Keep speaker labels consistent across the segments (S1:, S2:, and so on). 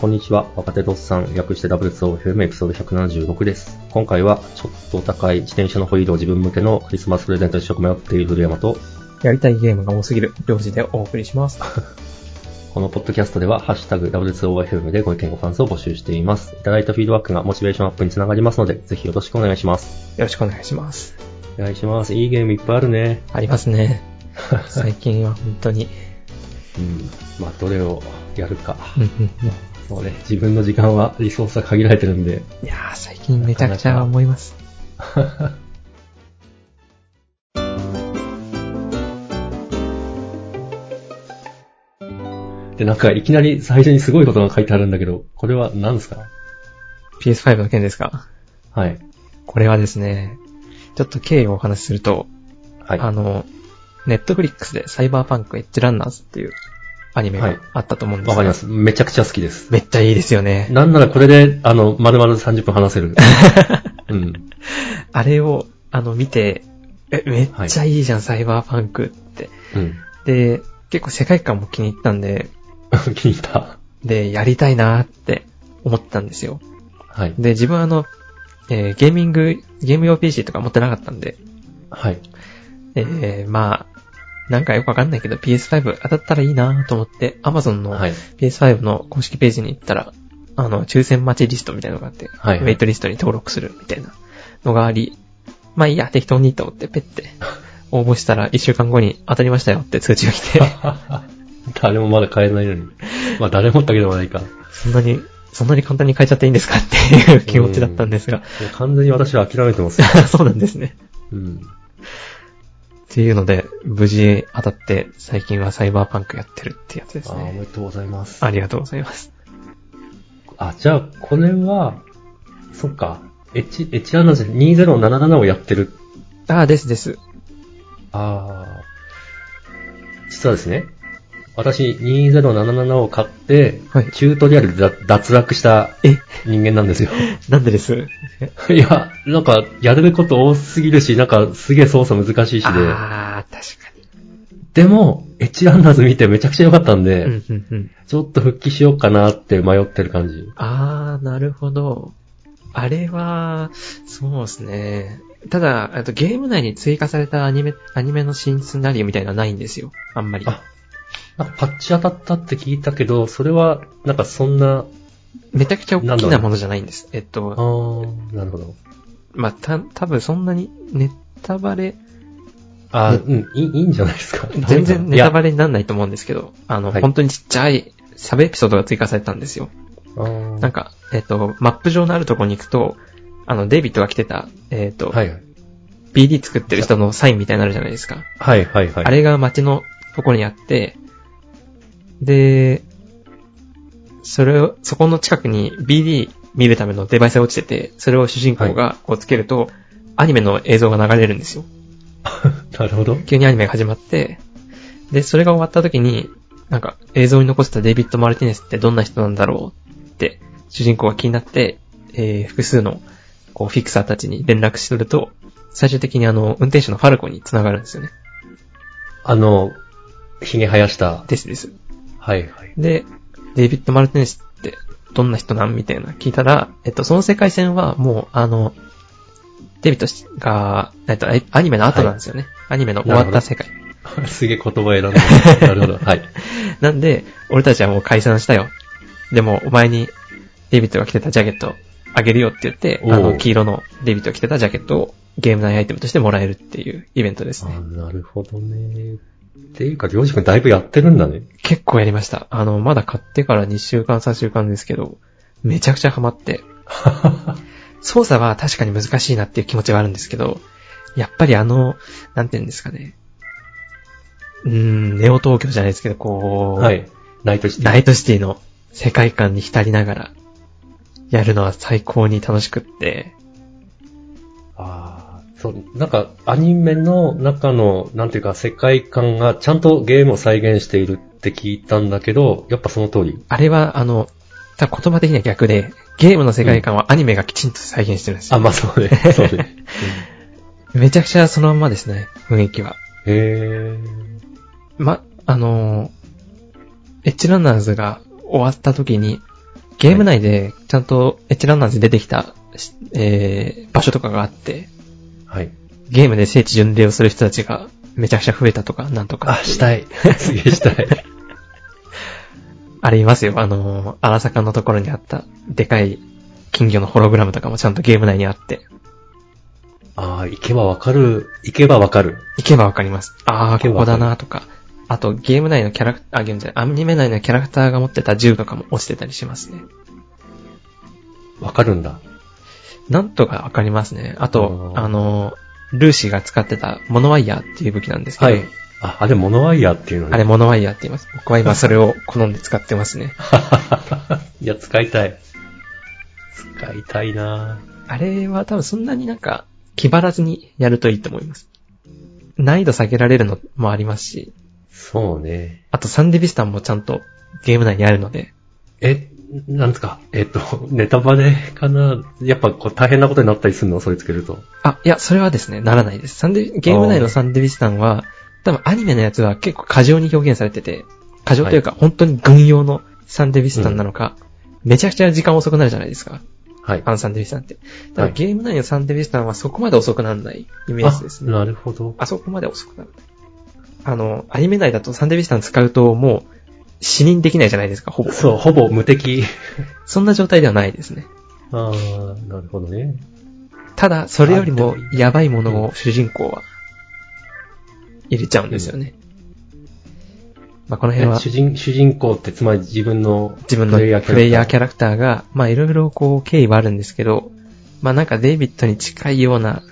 S1: こんにちは。若手ドッサン、略して W2OFM エピソード176です。今回は、ちょっとお高い自転車のホイールを自分向けのクリスマスプレゼントにしようか迷っている古山と、
S2: やりたいゲームが多すぎる、両自でお送りします。
S1: このポッドキャストでは、ハッシュタグ W2OFM でご意見ご感想を募集しています。いただいたフィードバックがモチベーションアップにつながりますので、ぜひよろしくお願いします。
S2: よろしくお願いします。
S1: お願いします。いいゲームいっぱいあるね。
S2: ありま すね。最近は本当に。
S1: うん。まあ、どれをやるか。
S2: うんうんうん
S1: そうね。自分の時間はリソースは限られてるんで。
S2: いやー、最近めちゃくちゃ思います。
S1: で、なんか、いきなり最初にすごいことが書いてあるんだけど、これは何ですか
S2: PS5 の件ですか
S1: はい。
S2: これはですね、ちょっと経緯をお話しすると、
S1: はい。
S2: あの、ネットフリックスでサイバーパンクエッジランナーズっていうアニメ
S1: はい
S2: があったと思うんです。
S1: わかりますす。めちゃくちゃ好きです。
S2: めっちゃいいですよね。
S1: なんならこれで、あの、まるまる30分話せ る。うん。
S2: あれを、あの、見て、え、めっちゃいいじゃん、サイバーパンクって。
S1: うん。
S2: で、結構世界観も気に入ったんで、
S1: 気に入った。
S2: で、やりたいなーって思ってたんですよ。
S1: はい。
S2: で、自分はあの、えーゲーミング、ゲーム用 PC とか持ってなかったんで、
S1: はい。
S2: えーまあ、なんかよくわかんないけど PS5 当たったらいいなーと思って、Amazon の
S1: はい。
S2: PS5 の公式ページに行ったら、あの、抽選待ちリストみたいなのがあって、
S1: はい
S2: ウェイトリストに登録するみたいなのがあり、まあいいや、適当にと思ってペッて応募したら1週間後に当たりましたよって通知が来て、
S1: 誰もまだ買えないのに。まあ、誰もったけでもないか。
S2: そんなに、そんなに簡単に変えちゃっていいんですかっていう気持ちだったんですが、
S1: もう完全に私は諦めて ます。
S2: そうなんですね。
S1: うん。
S2: っていうので、無事当たって、最近はサイバーパンクやってるってやつです
S1: あおめ
S2: ね。
S1: でとうございます。
S2: ありがとうございます。
S1: あ、じゃあ、これは、そっか。エッチ、エッチランナーズ2077をやってる。
S2: ああ、ですです。
S1: ああ。実はですね、私2077を買って、
S2: はい
S1: チュートリアルで脱脱落した
S2: え、
S1: 人間なんですよ。
S2: なんでです
S1: いや、なんか、やること多すぎるし、なんか、すげえ操作難しいしで。
S2: ああ、確か
S1: でも、エッチランナーズ見てめちゃくちゃ良かったんで、
S2: に。うん、うん、うん。
S1: ちょっと復帰しようかなって迷ってる感じ。
S2: ああ、なるほど。あれは、そうですね。ただ、あとゲーム内に追加されたアニメ、アニメの新シナリオみたいなのはないんですよ。あんまり。
S1: あ、なんかパッチ当たったって聞いたけど、それは、なんかそんな、
S2: めちゃくちゃ大きなものじゃないんです。えっ
S1: あ
S2: と、
S1: ー、なるほど。
S2: まあ、た、多分そんなにネタバレ
S1: あー、うん、いいいいんじゃないですか。
S2: 全然ネタ
S1: レ。
S2: バレにならないと思うんですけど、あの、
S1: はい
S2: 本当にちっちゃいサブエピソードが追加されたんですよ。
S1: あー
S2: なんか、えっ、と、マップ上のあるとこに行くと、あの、デイビッドが来てた、えっ、と、
S1: はいはい。
S2: BD 作ってる人のサインみたいになるじゃないですか。
S1: はいはいはい。
S2: あれが街のところにあって、で、それを、そこの近くに BD 見るためのデバイスが落ちてて、それを主人公がこうつけると、アニメの映像が流れるんですよ。
S1: なるほど。
S2: 急にアニメが始まって、で、それが終わった時に、なんか映像に残したデイビッド・マルティネスってどんな人なんだろうって、主人公が気になって、えー、複数の、こう、フィクサーたちに連絡すると、最終的にあの、運転手のファルコに繋がるんですよね。
S1: あの、髭生やした。
S2: ですです。
S1: はいはい。
S2: で、デイビッド・マルティネスってどんな人なんみたいな聞いたら、えっと、その世界線はもう、あの、デイビッドが、えっと、えアニメの後なんですよね。アニメの終わった世界。
S1: すげえ言葉選ん でる。なるほど。はい。
S2: なんで、俺たちはもう解散したよ。でも、お前に、デイビッドが着てたジャケットあげるよって言って、
S1: おう
S2: あの、黄色のデイビッドが着てたジャケットをゲーム内アイテムとしてもらえるっていうイベントです
S1: あ
S2: ね。
S1: ーなるほどね。っていうか、りょうじくんだいぶやってるんだね。
S2: 結構やりました。あの、まだ買ってから2週間、3週間ですけど、めちゃくちゃハ マって、操作は確かに難しいなっていう気持ちはあるんですけど、やっぱりあの、なんて言うんですかね。うーん、ネオ東京じゃないですけど、こう、
S1: はい。ナイトシティ。
S2: ナイトシティの世界観に浸りながら、やるのは最高に楽しくって、
S1: ああ、そう、なんか、アニメの中の、なんていうか、世界観がちゃんとゲームを再現しているって聞いたんだけど、やっぱその通り。
S2: あれはあの、ただ言葉的には逆で、ゲームの世界観はアニメがきちんと再現してるんです
S1: あ、
S2: よ。
S1: まあそうね。 そうね。
S2: めちゃくちゃそのまんまですね、雰囲気は。
S1: うんへ
S2: ま、あのーエッジランナーズが終わった時に、ゲーム内で、ちゃんと閲覧欄で出てきた、しえー、場所とかがあって、
S1: はい。
S2: ゲームで聖地巡礼をする人たちがめちゃくちゃ増えたとか、なんとか
S1: あ、。したい。 すげえした い。
S2: あれいますよ。あのー、荒坂のところにあった、でかい金魚のホログラムとかもちゃんとゲーム内にあって、
S1: ああ、行けばわかる。行けばわかる。
S2: 行けばわかります。ああ、
S1: 行けば
S2: ここ
S1: わか
S2: だ
S1: る
S2: なとか。あと、ゲーム内のキャラクター、あ、ゲームじゃない、アニメ内のキャラクターが持ってた銃とかも落ちてたりしますね。
S1: わかるんだ。
S2: なんとかわかりますね。あと、
S1: あー
S2: あのー、ルーシーが使ってたモノワイヤーっていう武器なんですけど、
S1: はい。あ、あれ、モノワイヤーっていうのね。
S2: あれモノワイヤーって言います。僕は今それを好んで使ってますね。
S1: いや、使いたい。使いたいな
S2: あれは多分そんなになんか、気張らずにやるといいと思います。難易度下げられるのもありますし、
S1: そうね。
S2: あとサンディビスタンもちゃんとゲーム内にあるので、
S1: え、なんですかえっと、 ネタバレかなやっぱこう大変なことになったりするのそれつけると。
S2: あ、いや、それはですね、ならないです。サンディゲーム内のサンディビスタンは、多分アニメのやつは結構過剰に表現されてて、過剰というか、本当に軍用のサンディビスタンなのか、めちゃくちゃ時間遅くなるじゃないですか。
S1: はい
S2: あ。のサンディビスタンって。だから
S1: はい
S2: ゲーム内のサンディビスタンはそこまで遅くならないイメージですね。
S1: あなるほど。
S2: あそこまで遅くなる。あの、アニメ内だとサンデビスタン使うともう死認できないじゃないですか、ほぼ。
S1: そう、ほぼ無敵。
S2: そんな状態ではないですね。
S1: ああ、なるほどね。
S2: ただ、それより
S1: あ
S2: も
S1: でも
S2: やばいものを主人公は入れちゃうんですよね。まあ、この辺は
S1: え主人、主人公ってつまり自分の
S2: 自分のプレイヤーキャラクターが、まあいろいろこう経緯はあるんですけど、まあなんかデイビッドに近いような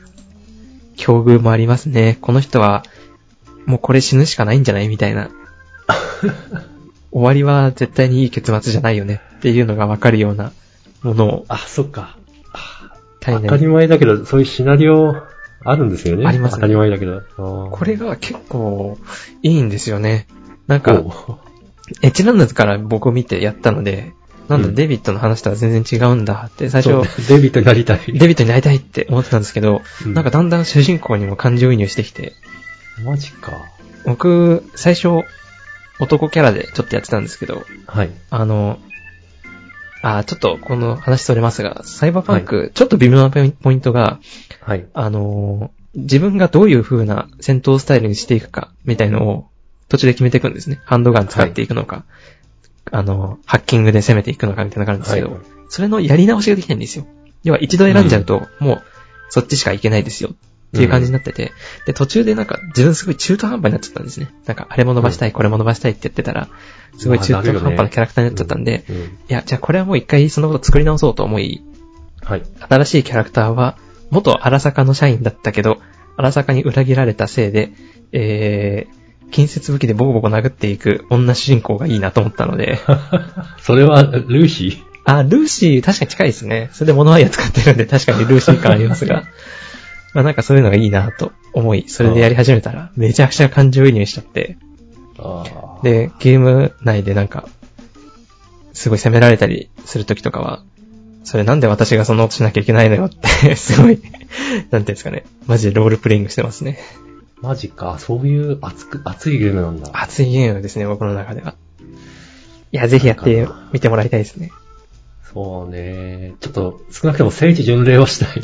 S2: 境遇もありますね。この人は、もうこれ死ぬしかないんじゃないみたい な。終わりは絶対にいい結末じゃないよねっていうのがわかるようなものを
S1: あ、そっか。あ
S2: 体
S1: 当た
S2: 内
S1: り
S2: に。
S1: 前だけど、そういうシナリオあるんですよね。
S2: ありますね
S1: 当たり前だけど。ああ
S2: これが結構いいんですよね。なんか、
S1: おう
S2: エッチランダーズから僕を見てやったので、なんだ
S1: うん
S2: デイビッドの話とは全然違うんだって最
S1: そう
S2: 初、
S1: デビットになりたい。
S2: デビットになりたいって思ってたんですけど、
S1: うん
S2: なんかだんだん主人公にも感情移入してきて、
S1: マジか。
S2: 僕、最初、男キャラでちょっとやってたんですけど、
S1: はい。
S2: あの、あーちょっとこの話それますが、サイバーパンク、ちょっと微妙なポインポイントが、
S1: はい。
S2: あのー自分がどういう風な戦闘スタイルにしていくか、みたいのを途中で決めていくんですね。ハンドガン使っていくのか、あのーハッキングで攻めていくのかみたいなのがあるんですけど、
S1: はい
S2: それのやり直しができないんですよ。要は一度選んじゃうと、もう、そっちしか行けないですよ。っていう感じになってて、で、途中でなんか、自分すごい中途半端になっちゃったんですね。なんか、あれも伸ばしたい、これも伸ばしたいって言ってたら、すごい中途半端なキャラクターになっちゃったんで、
S1: うんうん
S2: いや、じゃあこれはもう一回そのこと作り直そうと思い、
S1: はい。
S2: 新しいキャラクターは、元荒坂の社員だったけど、荒坂に裏切られたせいで、えー、近接武器でボコボコ殴っていく女主人公がいいなと思ったので、
S1: それは、ルーシー
S2: あ、ルーシー確かに近いですね。それで物はや使ってるんで確かにルーシー感ありますが、まあなんかそういうのがいいなと思い、それでやり始めたら、めちゃくちゃ感情移入しちゃって、
S1: あー
S2: で、ゲーム内でなんか、すごい責められたりするときとかは、それなんで私がそんなことしなきゃいけないのよって、 すごい、なんていうんですかね。マジでロールプレイングしてますね。
S1: マジか。そういう熱く、熱いゲームなんだ。
S2: 熱いゲームですね、僕の中では。いや、ぜひやってみてもらいたいですね。
S1: そうね。ちょっと、少なくとも聖地巡礼はした い。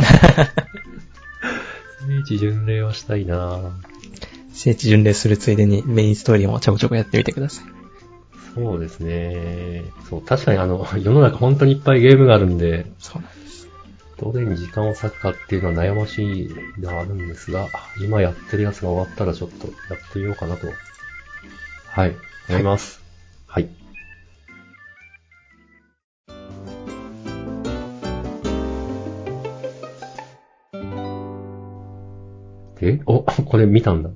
S1: 聖地巡礼はしたいな
S2: 聖地巡礼するついでにメインストーリーもちょこちょこやってみてください。
S1: そうですね。そう、確かにあの、世の中本当にいっぱいゲームがあるんで、
S2: そうなんです。
S1: どれに時間を割くかっていうのは悩ましいのはあるんですが、今やってるやつが終わったらちょっとやってみようかなと。はい、思います。はい。えお、 これ見たんだ。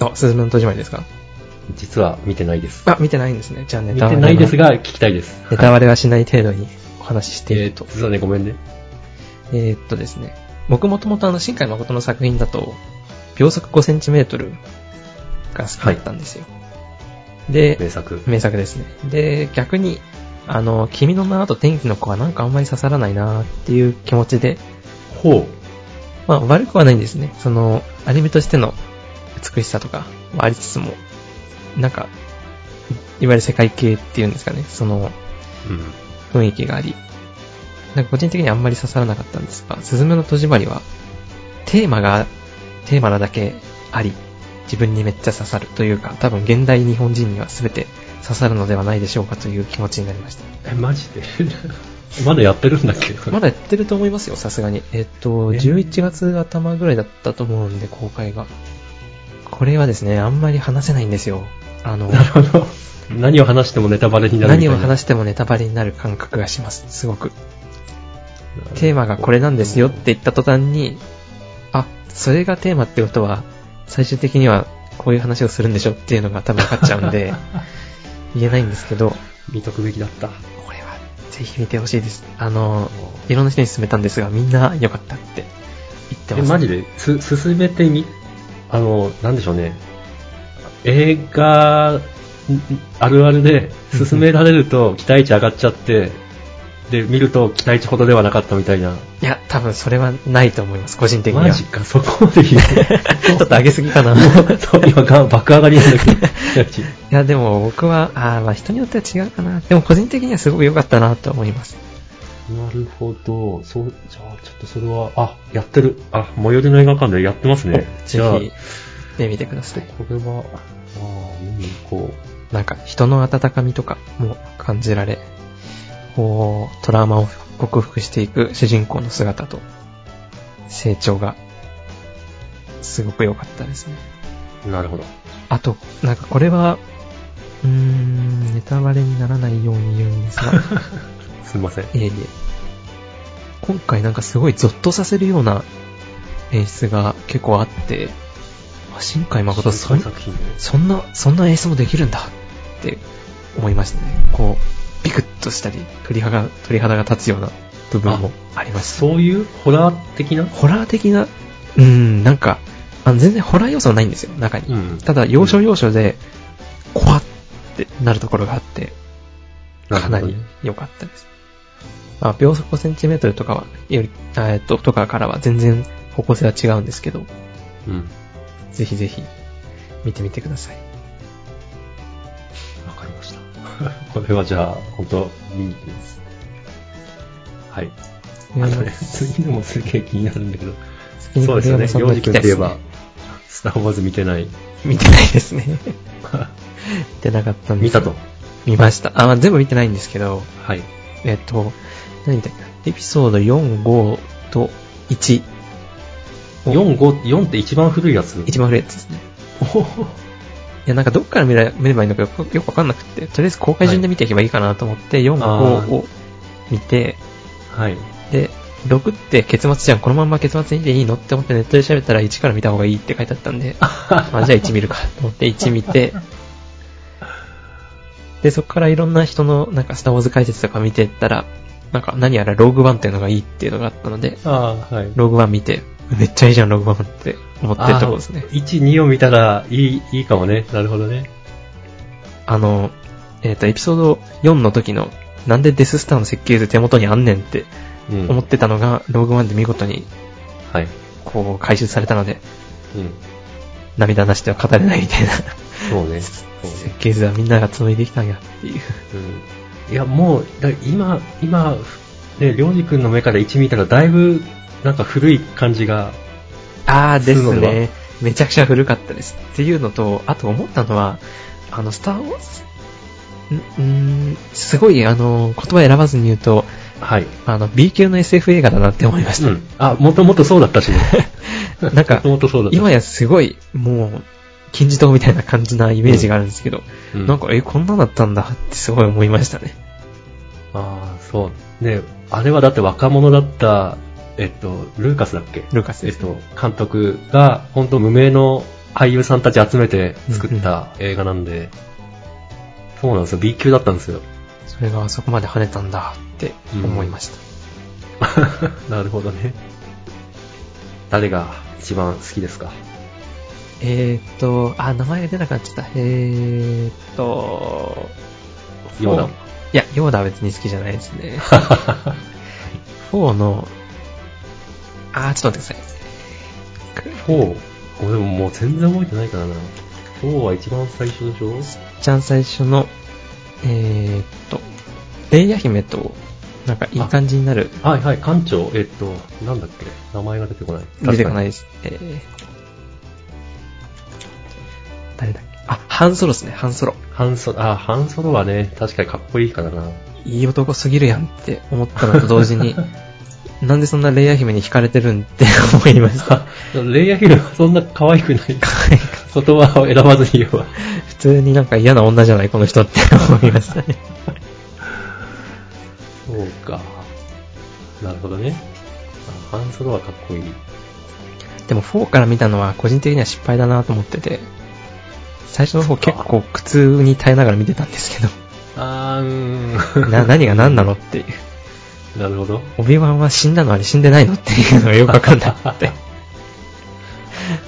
S2: あ、スズメの戸締まりですか
S1: 実は見てないです。
S2: あ、見てないんですね。じゃあネ
S1: 見
S2: タバ
S1: て
S2: レ
S1: ない
S2: は
S1: ですが、聞きたいです。
S2: ネタバレはしない程度にお話ししてい
S1: え
S2: る
S1: ー
S2: と
S1: と、。実はね、ごめんね。
S2: えーっとですね、僕もともとあの、新海誠の作品だと、秒速5センチメートルが好きだったんですよ。で、
S1: 名作。
S2: 名作ですね。で、逆に、あの、君の名と天気の子はなんかあんまり刺さらないなっていう気持ちで、
S1: ほう。
S2: まあ悪くはないんですね。その、アニメとしての美しさとかはありつつも、なんか、いわゆる世界系っていうんですかね、その、
S1: うん。
S2: 雰囲気があり、なんか個人的にあんまり刺さらなかったんですが、スズメの戸締まりは、テーマが、テーマなだけあり、自分にめっちゃ刺さるというか、多分現代日本人には全て刺さるのではないでしょうかという気持ちになりました。
S1: え、マジで まだやってるんだっけ
S2: まだやってると思いますよ、さすがに。えっと、
S1: えー
S2: 11月頭ぐらいだったと思うんで、公開が。これはですね、あんまり話せないんですよ。あの、
S1: なるほど。 何を話してもネタバレになるみた
S2: 何
S1: いな。
S2: を話してもネタバレになる感覚がします、すごく。テーマがこれなんですよって言った途端に、あ、それがテーマってことは、最終的にはこういう話をするんでしょっていうのが多分分かっちゃうん で、言えないんですけど、
S1: 見とくべきだった。
S2: これはぜひ見てほしいです。あの、いろんな人に勧めたんですが、みんな良かったって言って
S1: え、
S2: ます。
S1: マジです、進めてみ、あの、なんでしょうね。映画、んあるあるで、進められると期待値上がっちゃって、で、見ると期待値ほどではなかったみたいな。
S2: いや、多分それはないと思います、個人的には。
S1: マジか、そこまで言う。
S2: ちょっと 上げすぎかな。
S1: もうそう今が、爆上がりなんだけど期待値。
S2: いや、でも僕は、あーまあ人によっては違うかな。でも個人的にはすごく良かったなと思います。
S1: なるほど。そう、じゃあ、ちょっとそれは、あ、やってる。あ、最寄りの映画館でやってますね。
S2: ぜ
S1: じゃあ、
S2: ひ、見てみてください。
S1: これは、ああ、見に行こ
S2: なんか、人の温かみとかも感じられ、こう、トラウマを克服していく主人公の姿と、成長が、すごく良かったですね。
S1: う。なるほど。
S2: あと、なんかこれは、うーん、ネタバレにならないように言うんです が、
S1: すみません。
S2: いえいえ。今回なんかすごいゾッとさせるような演出が結構あって、あ新海誠そん
S1: 新作品で。
S2: そんな、そんな演出もできるんだって思いましたね。こう、ビクッとしたり、鳥肌が、鳥肌が立つような部分もありました。
S1: そういうホラー的な
S2: ホラー的な、うーん、なんか、あの全然ホラー要素はないんですよ、中に。
S1: ん
S2: ただ、要所要所で、怖ってなるところがあって、かなり良かったです。まあ、秒速5センチメートルとかは、より、あえっと、とかからは全然方向性は違うんですけど、
S1: うん。
S2: ぜひぜひ、見てみてください。
S1: わかりました。 これはじゃあ、本当見に行きます。はい。あのね、次のもすげえ気になるんだけど。
S2: えー
S1: そうですよね。
S2: 杉
S1: 洋
S2: 山さんの
S1: 次君といえば
S2: 行きたいで、
S1: スターウォーズ見てない。
S2: 見てないですね。見てなかったんです。
S1: 見たと。。
S2: 見ました。あ、まあ、全部見てないんですけど、
S1: はい。
S2: えっと、何だっけエピソード4、5と1。
S1: 4、5、4って一番古いやつ。
S2: 一番古いやつですね。
S1: おお
S2: いや、なんかどっから見れ見ればいいのかよくよくわかんなくて、とりあえず公開順で見ていけばいいかなと思って、4、
S1: あ
S2: 5
S1: ー
S2: を見て、
S1: はい。
S2: で、6って結末じゃん、このまんま結末にでいいのって思ってネットで調べたら1から見た方がいいって書いてあったんで、まあじゃあ1見るかと思って1見て、で、そこからいろんな人のなんかスターウォーズ解説とか見てったら、なんか何やらローグワンっていうのがいいっていうのがあったので、
S1: ああ、はい。
S2: ローグワン見て、めっちゃいいじゃん、ローグワンって思ってるところですね
S1: あ。ー1、2を見たらいい、いいかもね。なるほどね。
S2: あの、えっ、と、エピソード4の時の、なんでデススターの設計図手元にあんねんって
S1: うん。
S2: 思ってたのが、ローグワンで見事に
S1: はい。
S2: こう回収されたので、
S1: うん。
S2: 涙なしでは語れないみたいな。
S1: そう ね。
S2: 設
S1: そうね。
S2: 計図はみんなが紡いできたんやっていう。
S1: うんいや、もう、だ今、今、ね、りょうじくんの目から1見たら、だいぶ、なんか古い感じが、
S2: あーです
S1: る
S2: す
S1: ので
S2: ね。めちゃくちゃ古かったです。っていうのと、あと思ったのは、あの、スターウォーズ、ん、んーすごい、あの、言葉選ばずに言うと、
S1: はい。
S2: あの、B 級の SF 映画だなって思いまし
S1: う
S2: た。
S1: ん。あ、もともとそうだったし ね。
S2: な んか
S1: もともとそうだった。
S2: 今やすごい、もう、金字塔みたいな感じなイメージがあるんですけど、
S1: うん
S2: なんか、え、こんなんだったんだってすごい思いましたね。
S1: ああ、そう。ね、あれはだって若者だった、えっと、ルーカスだっけ
S2: ルーカス
S1: え
S2: で
S1: っ
S2: すね。
S1: と、監督が、本当無名の俳優さんたち集めて作った映画なんで、そうなんですよ。B 級だったんですよ。
S2: それがあそこまで跳ねたんだって思いました。
S1: なるほどね。誰が一番好きですか
S2: えーっと、あ、名前が出なくなっちゃった。えーっと、
S1: ヨーダ
S2: フォいや、ヨーダは別に好きじゃないですね。4の、あー、ちょっと待ってください。
S1: フォー俺ももう全然覚えてないからな。フォーは一番最初でしょ
S2: ちゃん最初の、えーっと、レイヤ姫と、なんかいい感じになる、
S1: はいはい、館長、えっと、なんだっけ、名前が出てこない。
S2: 出てこない
S1: い。
S2: です。えー誰だっけあ、ハンソロですね、ハンソロ。
S1: ハンソロ、あ、ハンソロはね、確かにかっこいいからな。
S2: いい男すぎるやんって思ったのと同時に、 なんでそんなレイヤ姫に惹かれてるんって 思いま した。
S1: レイヤーヒルはそんな可愛くない。言葉を選ばずに言えば。
S2: 普通になんか嫌な女じゃない、この人って 思いましたね。
S1: そうか。なるほどね。あハンソロはかっこいい。
S2: でも4から見たのは個人的には失敗だなと思ってて、最初の方結構苦痛に耐えながら見てたんですけ
S1: あー
S2: ど、
S1: ん。
S2: な、何が何なのっていう。
S1: なるほど。
S2: オビワンは死んだのあれ死んでないのっていうのがよくわかんなく て。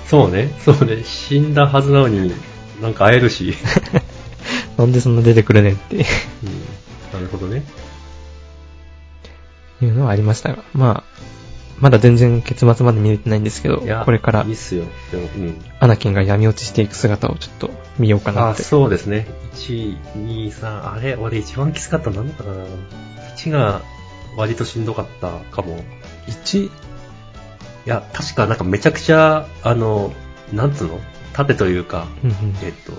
S1: そうね、そうね。死んだはずなのに、なんか会える し。
S2: なんでそんな出てくるねんっていう
S1: うん。なるほどね。
S2: いうのはありましたが、まあ、まだ全然結末まで見れてないんですけど
S1: いや、、
S2: これから
S1: いいっすよ。でも、うん。
S2: アナキンが闇落ちしていく姿をちょっと見ようかな
S1: あ、
S2: って。
S1: そうですね。1、2、3。あれ俺一番きつかったのなんだったかな ?1 が割としんどかったかも。
S2: 1?
S1: いや、確かなんかめちゃくちゃ、あの、なんつうの盾というか、
S2: うんうん。
S1: えっと、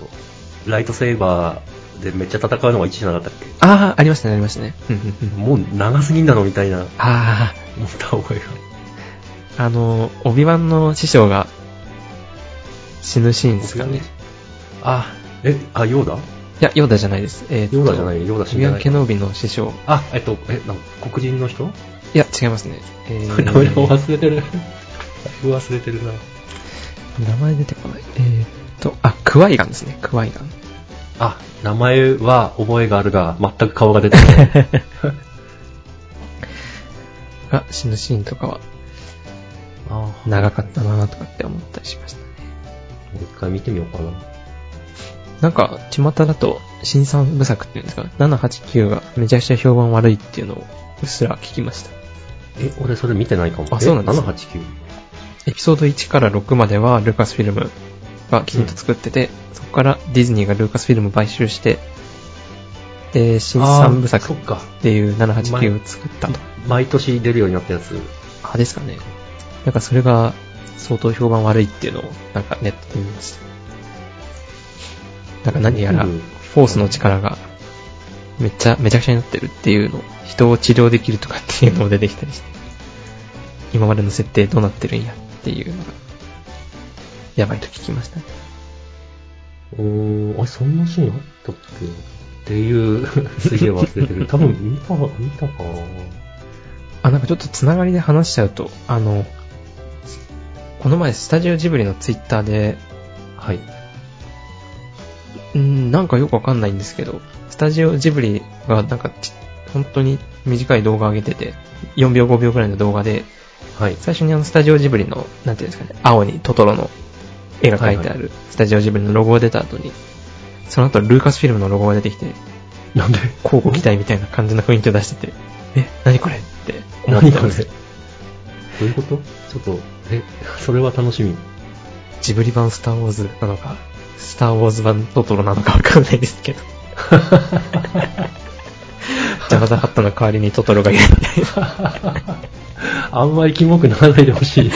S1: ライトセーバーでめっちゃ戦うのが1じゃなかったっけ
S2: ああ、ありましたね、ありましたね。うんうんうん。
S1: もう長すぎんだのみたいな
S2: あ
S1: 思った覚えが。
S2: あ、あの、オビワンの師匠が死ぬシーンですかね。
S1: あ、え、あ、ヨーダ
S2: いや、ヨーダじゃないです。えーと
S1: ヨーダじゃないヨーダ死ん
S2: オビ
S1: で
S2: ワ
S1: な
S2: ン・
S1: い
S2: ケノービの師匠。
S1: あ、えっと、え、なんか黒人の人
S2: いや、違いますね。え ー
S1: 名前を忘れてる。だいぶ忘れてるな。
S2: 名前出てこない。えーっと、あ、クワイガンですね。クワイガン。
S1: あ、名前は覚えがあるが、全く顔が出てこない。
S2: が死ぬシーンとかは
S1: あー
S2: 長かったなとかって思ったりしましたね。
S1: もう一回見てみようかな。
S2: なんか、巷だと、新三部作っていうんですか、789がめちゃくちゃ評判悪いっていうのをうっすら聞きました。
S1: え、俺それ見てないかも。
S2: あそうなんです
S1: え ?789。
S2: エピソード1から6まではルーカスフィルムがきちんと作ってて、そこからディズニーがルーカスフィルム買収して、で、新三部
S1: あーそ
S2: 作
S1: っ
S2: っ
S1: か。
S2: ていう789を作ったと。
S1: 毎年出るようになったやつ。
S2: あ、ですかね。なんかそれが相当評判悪いっていうのを、なんかネットで見ました。なんか何やら、
S1: うん
S2: フォースの力が、めっちゃ、めちゃくちゃになってるっていうの、人を治療できるとかっていうのも出てきたりして、今までの設定どうなってるんやっていうのが、やばいと聞きましたね。
S1: うーん、あれ、そんなシーンあったっけって いう、すげえ忘れてる。多分見た、見たかな。
S2: あ、なんかちょっとつながりで話しちゃうと、あの、この前スタジオジブリのツイッターで、
S1: はい。
S2: うん、なんかよくわかんないんですけど、スタジオジブリがなんかち、本当に短い動画を上げてて、4秒5秒くらいの動画で、
S1: はい。
S2: 最初にあのスタジオジブリの、なんていうんですかね、青にトトロの絵が描いてあ
S1: はい
S2: る、スタジオジブリのロゴが出た後に、その後ルーカスフィルムのロゴが出てきて、
S1: なんで
S2: 交互期待みたいな感じの雰囲気を出してて、え、何これって思って
S1: 何こ
S2: たん
S1: れ
S2: です
S1: どういうことちょっと、え、 それは楽しみ。
S2: ジブリ版スターウォーズなのか、スターウォーズ版トトロなのかわかんないです けど。ジャバザハットの代わりにトトロがいるみたいな。
S1: あんまりキモくならないでほしい。
S2: い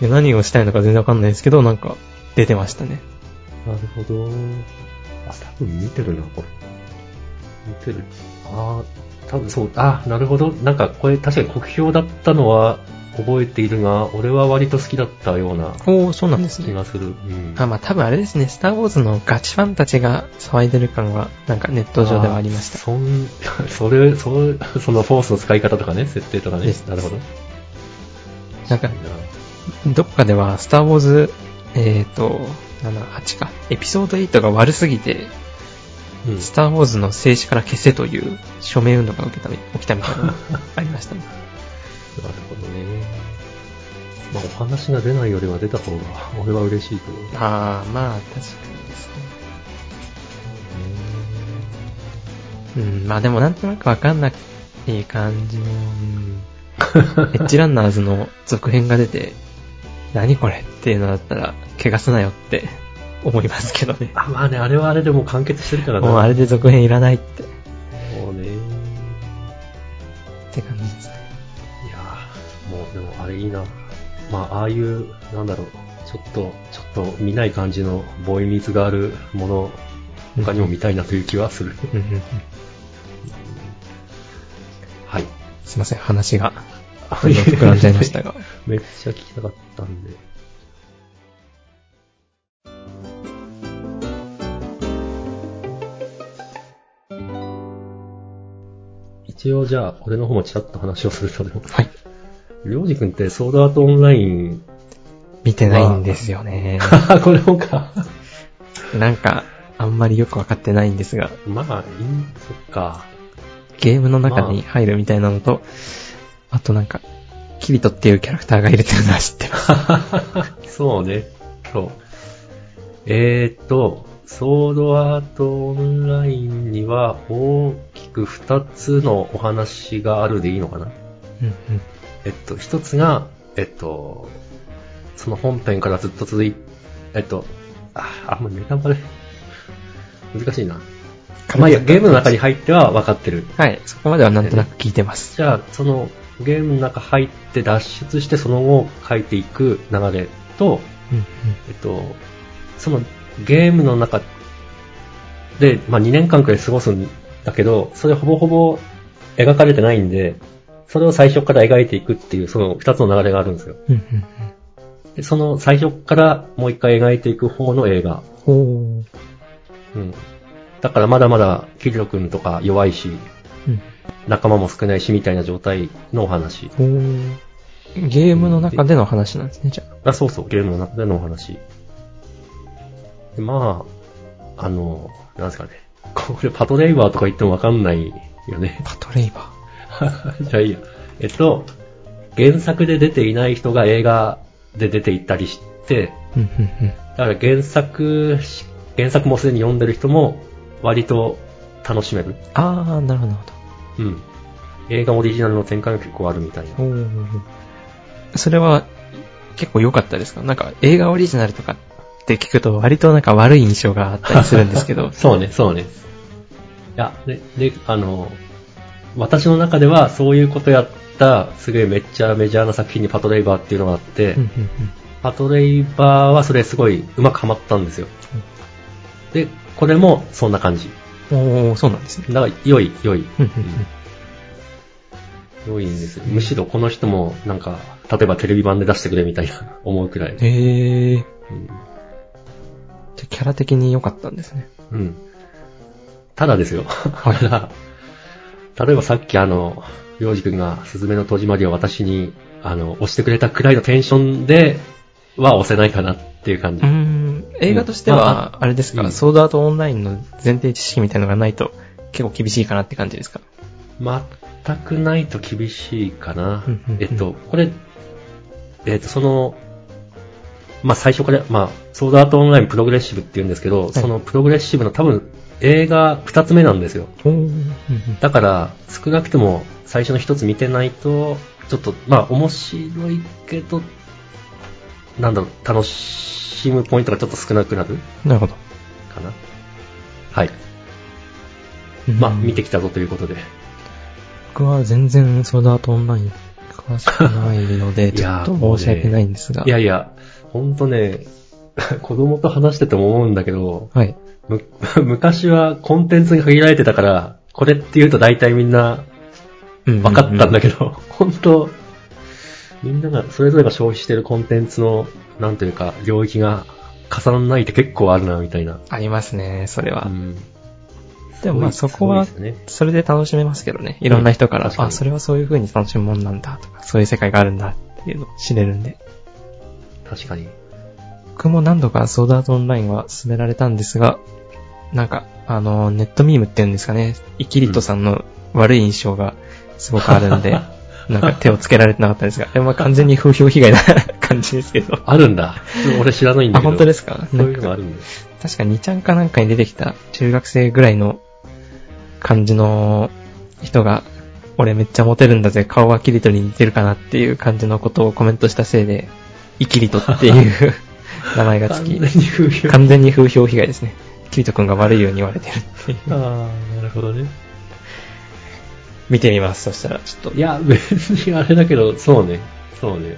S2: や何をしたいのか全然わかんないですけど、なんか出てましたね。
S1: なるほど。あ、多分見てるな、これ。見てる。ああ、多分そう、あなるほど。なんか、これ確かに酷評だったのは覚えているが、俺は割と好きだったような
S2: おー、そうなんです
S1: 気
S2: ね。
S1: がする。うん。
S2: あ、まあ多分あれですね、スターウォーズのガチファンたちが騒いでる感は、なんかネット上ではありました。
S1: そん、 それ、そ、そのフォースの使い方とかね、設定とかね
S2: ですです。
S1: なるほど。
S2: なんか、どっかでは、スターウォーズ、えっ、ー、と、7、8か、エピソード8が悪すぎて、
S1: うん。
S2: スター・ウォーズの静止から消せという署名運動が受けたみ起きたみたいなのがありましたね。
S1: なるほどね。まあ、お話が出ないよりは出た方が、俺は嬉しいけど。。
S2: ああ、まあ、確かにですね。うん、まあでもなんとなくわかんない感 じの、うん、エッジランナーズの続編が出て、何これっていうのだったら、怪我すなよって思いますけどね
S1: あ、まあね、あれはあれでもう完結してるからな。
S2: もうあれで続編いらないって。
S1: もうね、れいいな。まあ、ああいう、なんだろう、ちょっと、ちょっと見ない感じのボーイミーツがあるもの、他にも見たいなという気はする。
S2: うんうんうん
S1: はい。
S2: すいません、話 が、どんどん膨らんじゃいましたが。
S1: めっちゃ聞きたかったんで。一応じゃあ、俺の方もちらっと話をするとでも、
S2: はい。
S1: りょうじくんってソードアートオンライン、
S2: 見てないんですよ ね。
S1: これもか。
S2: なんか、あんまりよくわかってないんですが、
S1: まあ、いい、そっか。
S2: ゲームの中に入るみたいなのと、あとなんか、キリトっていうキャラクターがいるっていうのは知ってます。
S1: そうね。そう。えーっと、ソードアートオンラインには大きく2つのお話があるでいいのかな
S2: うん
S1: えっと、1つが、えっと、その本編からずっと続い、えっと、あ、あんまネタバレ、難しいな。
S2: うん。
S1: まあ、いや、ゲームの中に入っては分かってる。
S2: はい、そこまではなんとなく聞いてます。
S1: じゃあ、そのゲームの中入って脱出してその後書いていく流れと、
S2: うんうん。
S1: えっと、そのゲームの中で、まあ、2年間くらい過ごすんだけど、それほぼほぼ描かれてないんで、それを最初から描いていくっていう、その2つの流れがあるんですよ。
S2: うんうん
S1: で、その最初からもう一回描いていく方の映画。
S2: うん。おー。
S1: うん。だからまだまだ、キリロ君とか弱いし、
S2: うん
S1: 仲間も少ないし、みたいな状態のお話。
S2: おーゲームの中での話なんですね、じゃあ。
S1: あ、そうそう、ゲームの中でのお話。でまあ、あの、なんですかね。これパトレイバーとか言ってもわかんないよね。
S2: パトレイバー。
S1: じゃあいいや。えっと、原作で出ていない人が映画で出ていったりして、
S2: うんうんうん。
S1: だから原作し、原作もすでに読んでる人も割と楽しめる。
S2: あー、なるほどなる
S1: う
S2: ほ
S1: ん。映画オリジナルの展開が結構あるみたいな。。
S2: ど。おー。それは、結構良かったですかなんか、映画オリジナルとかって聞くと、割となんか悪い印象があったりするん ですけど
S1: そうね、そうね。いや、で、で、あの、私の中ではそういうことやった、すげえめっちゃメジャーな作品にパトレイバーっていうのがあって、
S2: うんうんうん。
S1: パトレイバーはそれすごいうまくハマったんですよ。で、これもそんな感じ。
S2: おー、そうなんですね。
S1: だから、良い、良い。
S2: うんう
S1: う
S2: ん
S1: ん良いんですよ。むしろこの人も、なんか、例えばテレビ版で出してくれみたいな思うくらい。
S2: うん。へー。
S1: うん
S2: じゃあキャラ的に良かったんですね。
S1: うん。ただですよ。 あれだ。例えばさっきあの、りょうじくんが、すずめの戸締まりを私に、あの、押してくれたくらいのテンションでは押せないかなっていう感
S2: う
S1: じ。
S2: ーん。映画として
S1: ま
S2: は、あれですか、
S1: うん
S2: ソードアートオンラインの前提知識みたいのがないと、結構厳しいかなって感じですか
S1: 全くないと厳しいかな
S2: うんうんうん。
S1: えっと、これ、えっと、その、まあ、最初から、まあ、ソードアートオンラインプログレッシブって言うんですけど、
S2: い
S1: そのプログレッシブの多分映画二つ目なんですよ。
S2: おー。うんうん
S1: だから、少なくとも最初の一つ見てないと、ちょっと、まあ、面白いけど、なんだろう、楽しむポイントがちょっと少なくなる
S2: なるほど。
S1: かな。はい。まあ、見
S2: て。
S1: てきたぞということで。
S2: 僕は全然ソードアートオンライン詳しくないので、
S1: い
S2: ちょ
S1: や
S2: っ
S1: ー
S2: と申し訳ないんですが。
S1: いやいや、ほんとね、 子供と話してても思うんだけど、
S2: はい。
S1: む 昔はコンテンツに限られてたから、これって言うと大体みんな
S2: うん
S1: 分かったんだけ
S2: け
S1: ど、 本当、みんなが、それぞれが消費してるコンテンツの、なんというか、領域が重ならないって結構あるな、みたいな。
S2: ど。ありますね、それは。
S1: うん
S2: でもまあ
S1: すごい
S2: そこは
S1: すごいですね
S2: それで楽しめますけどね。いろんな人から、
S1: うん確かに
S2: あ、それはそういう風に楽しむもんなんだとか、そういう世界があるんだっていうのを知れるんで。
S1: 確かに。
S2: 僕も何度かソードアートオンラインは勧められたんですが、なんか、あの、ネットミームっていうんですかね、イキリトさんの悪い印象がすごくあるんで、なんか手をつけられてなかったんですが、でもまあ完全に風評被害な感じですけど。
S1: あるん だ。俺知らないんだ
S2: あ、
S1: けど。
S2: 本当ですすか
S1: そういう
S2: なん
S1: の
S2: か
S1: があるんです。
S2: 確か2ちゃんかなんかに出てきた中学生ぐらいの感じの人が、俺めっちゃモテるんだぜ、顔はキリトに似てるかなっていう感じのことをコメントしたせいで、イキリトっていう名前がつき、
S1: 完全に風評
S2: 完全に風評被害ですね。キリト君が悪いように言われてるっていう。
S1: ああ、なるほどね。
S2: 見てみます、そしたら。ちょっと
S1: い。や、別にあれだけど、そうね。そうね。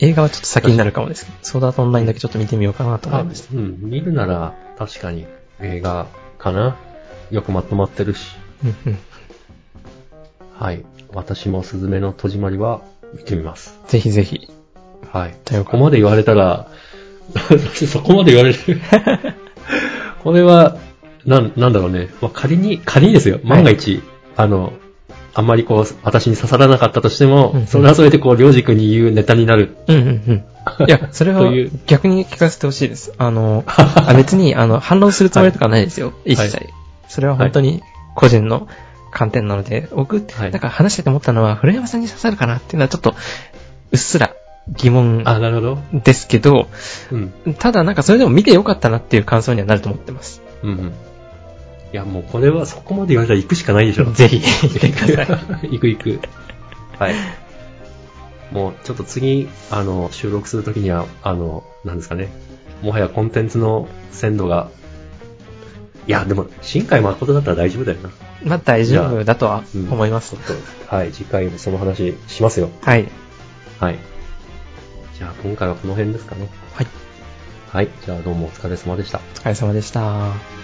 S2: 映画はちょっと先になるかもですけど、ソードアートオンラインだけちょっと見てみようかなと思いました。
S1: うん、見るなら確かに映画かな。よくまとまってるし。
S2: うんうん。
S1: はい。私もすずめの戸締まりは見てみます。
S2: ぜひぜひ。
S1: はい。
S2: という
S1: ここ
S2: か、
S1: まで言われた ら、そこまで言われる。これは、なん、なんだろうね。まあ、仮に、仮にですよ。万が一、あの、あんまりこう、私に刺さらなかったとしても、
S2: うんうん
S1: それはそれでこう、りょうじくんに言うネタになる。
S2: うんうんうん。いや、それは
S1: という
S2: 逆に聞かせてほしいです。あの、あ別にあの反論するつもりとかないですよ、一切、
S1: はい
S2: それは本当に個人の観点なので、僕、
S1: はい
S2: なんか話してて思ったのは、古山さんに刺さるかなっていうのはちょっと、うっすら疑問
S1: あ、なるほど。
S2: ですけど、
S1: うん。
S2: ただなんかそれでも見てよかったなっていう感想にはなると思ってます。
S1: うんうん。いや、もうこれはそこまで言われたら行くしかないで しょ。
S2: ぜひ、見てください。
S1: 行く行く。はい。もうちょっと次、あの、収録するときには、あの、なんですかね。もはやコンテンツの鮮度が、いや、でも、新海誠だったら大丈夫だよな。
S2: まあ大丈夫だとは
S1: うん
S2: 思います。
S1: ちょっと、はい、次回もその話しますよ。
S2: はい。
S1: はい。じゃあ、今回はこの辺ですかね。
S2: はい。
S1: はい。じゃあ、どうもお疲れ様でした。
S2: お疲れ様でした。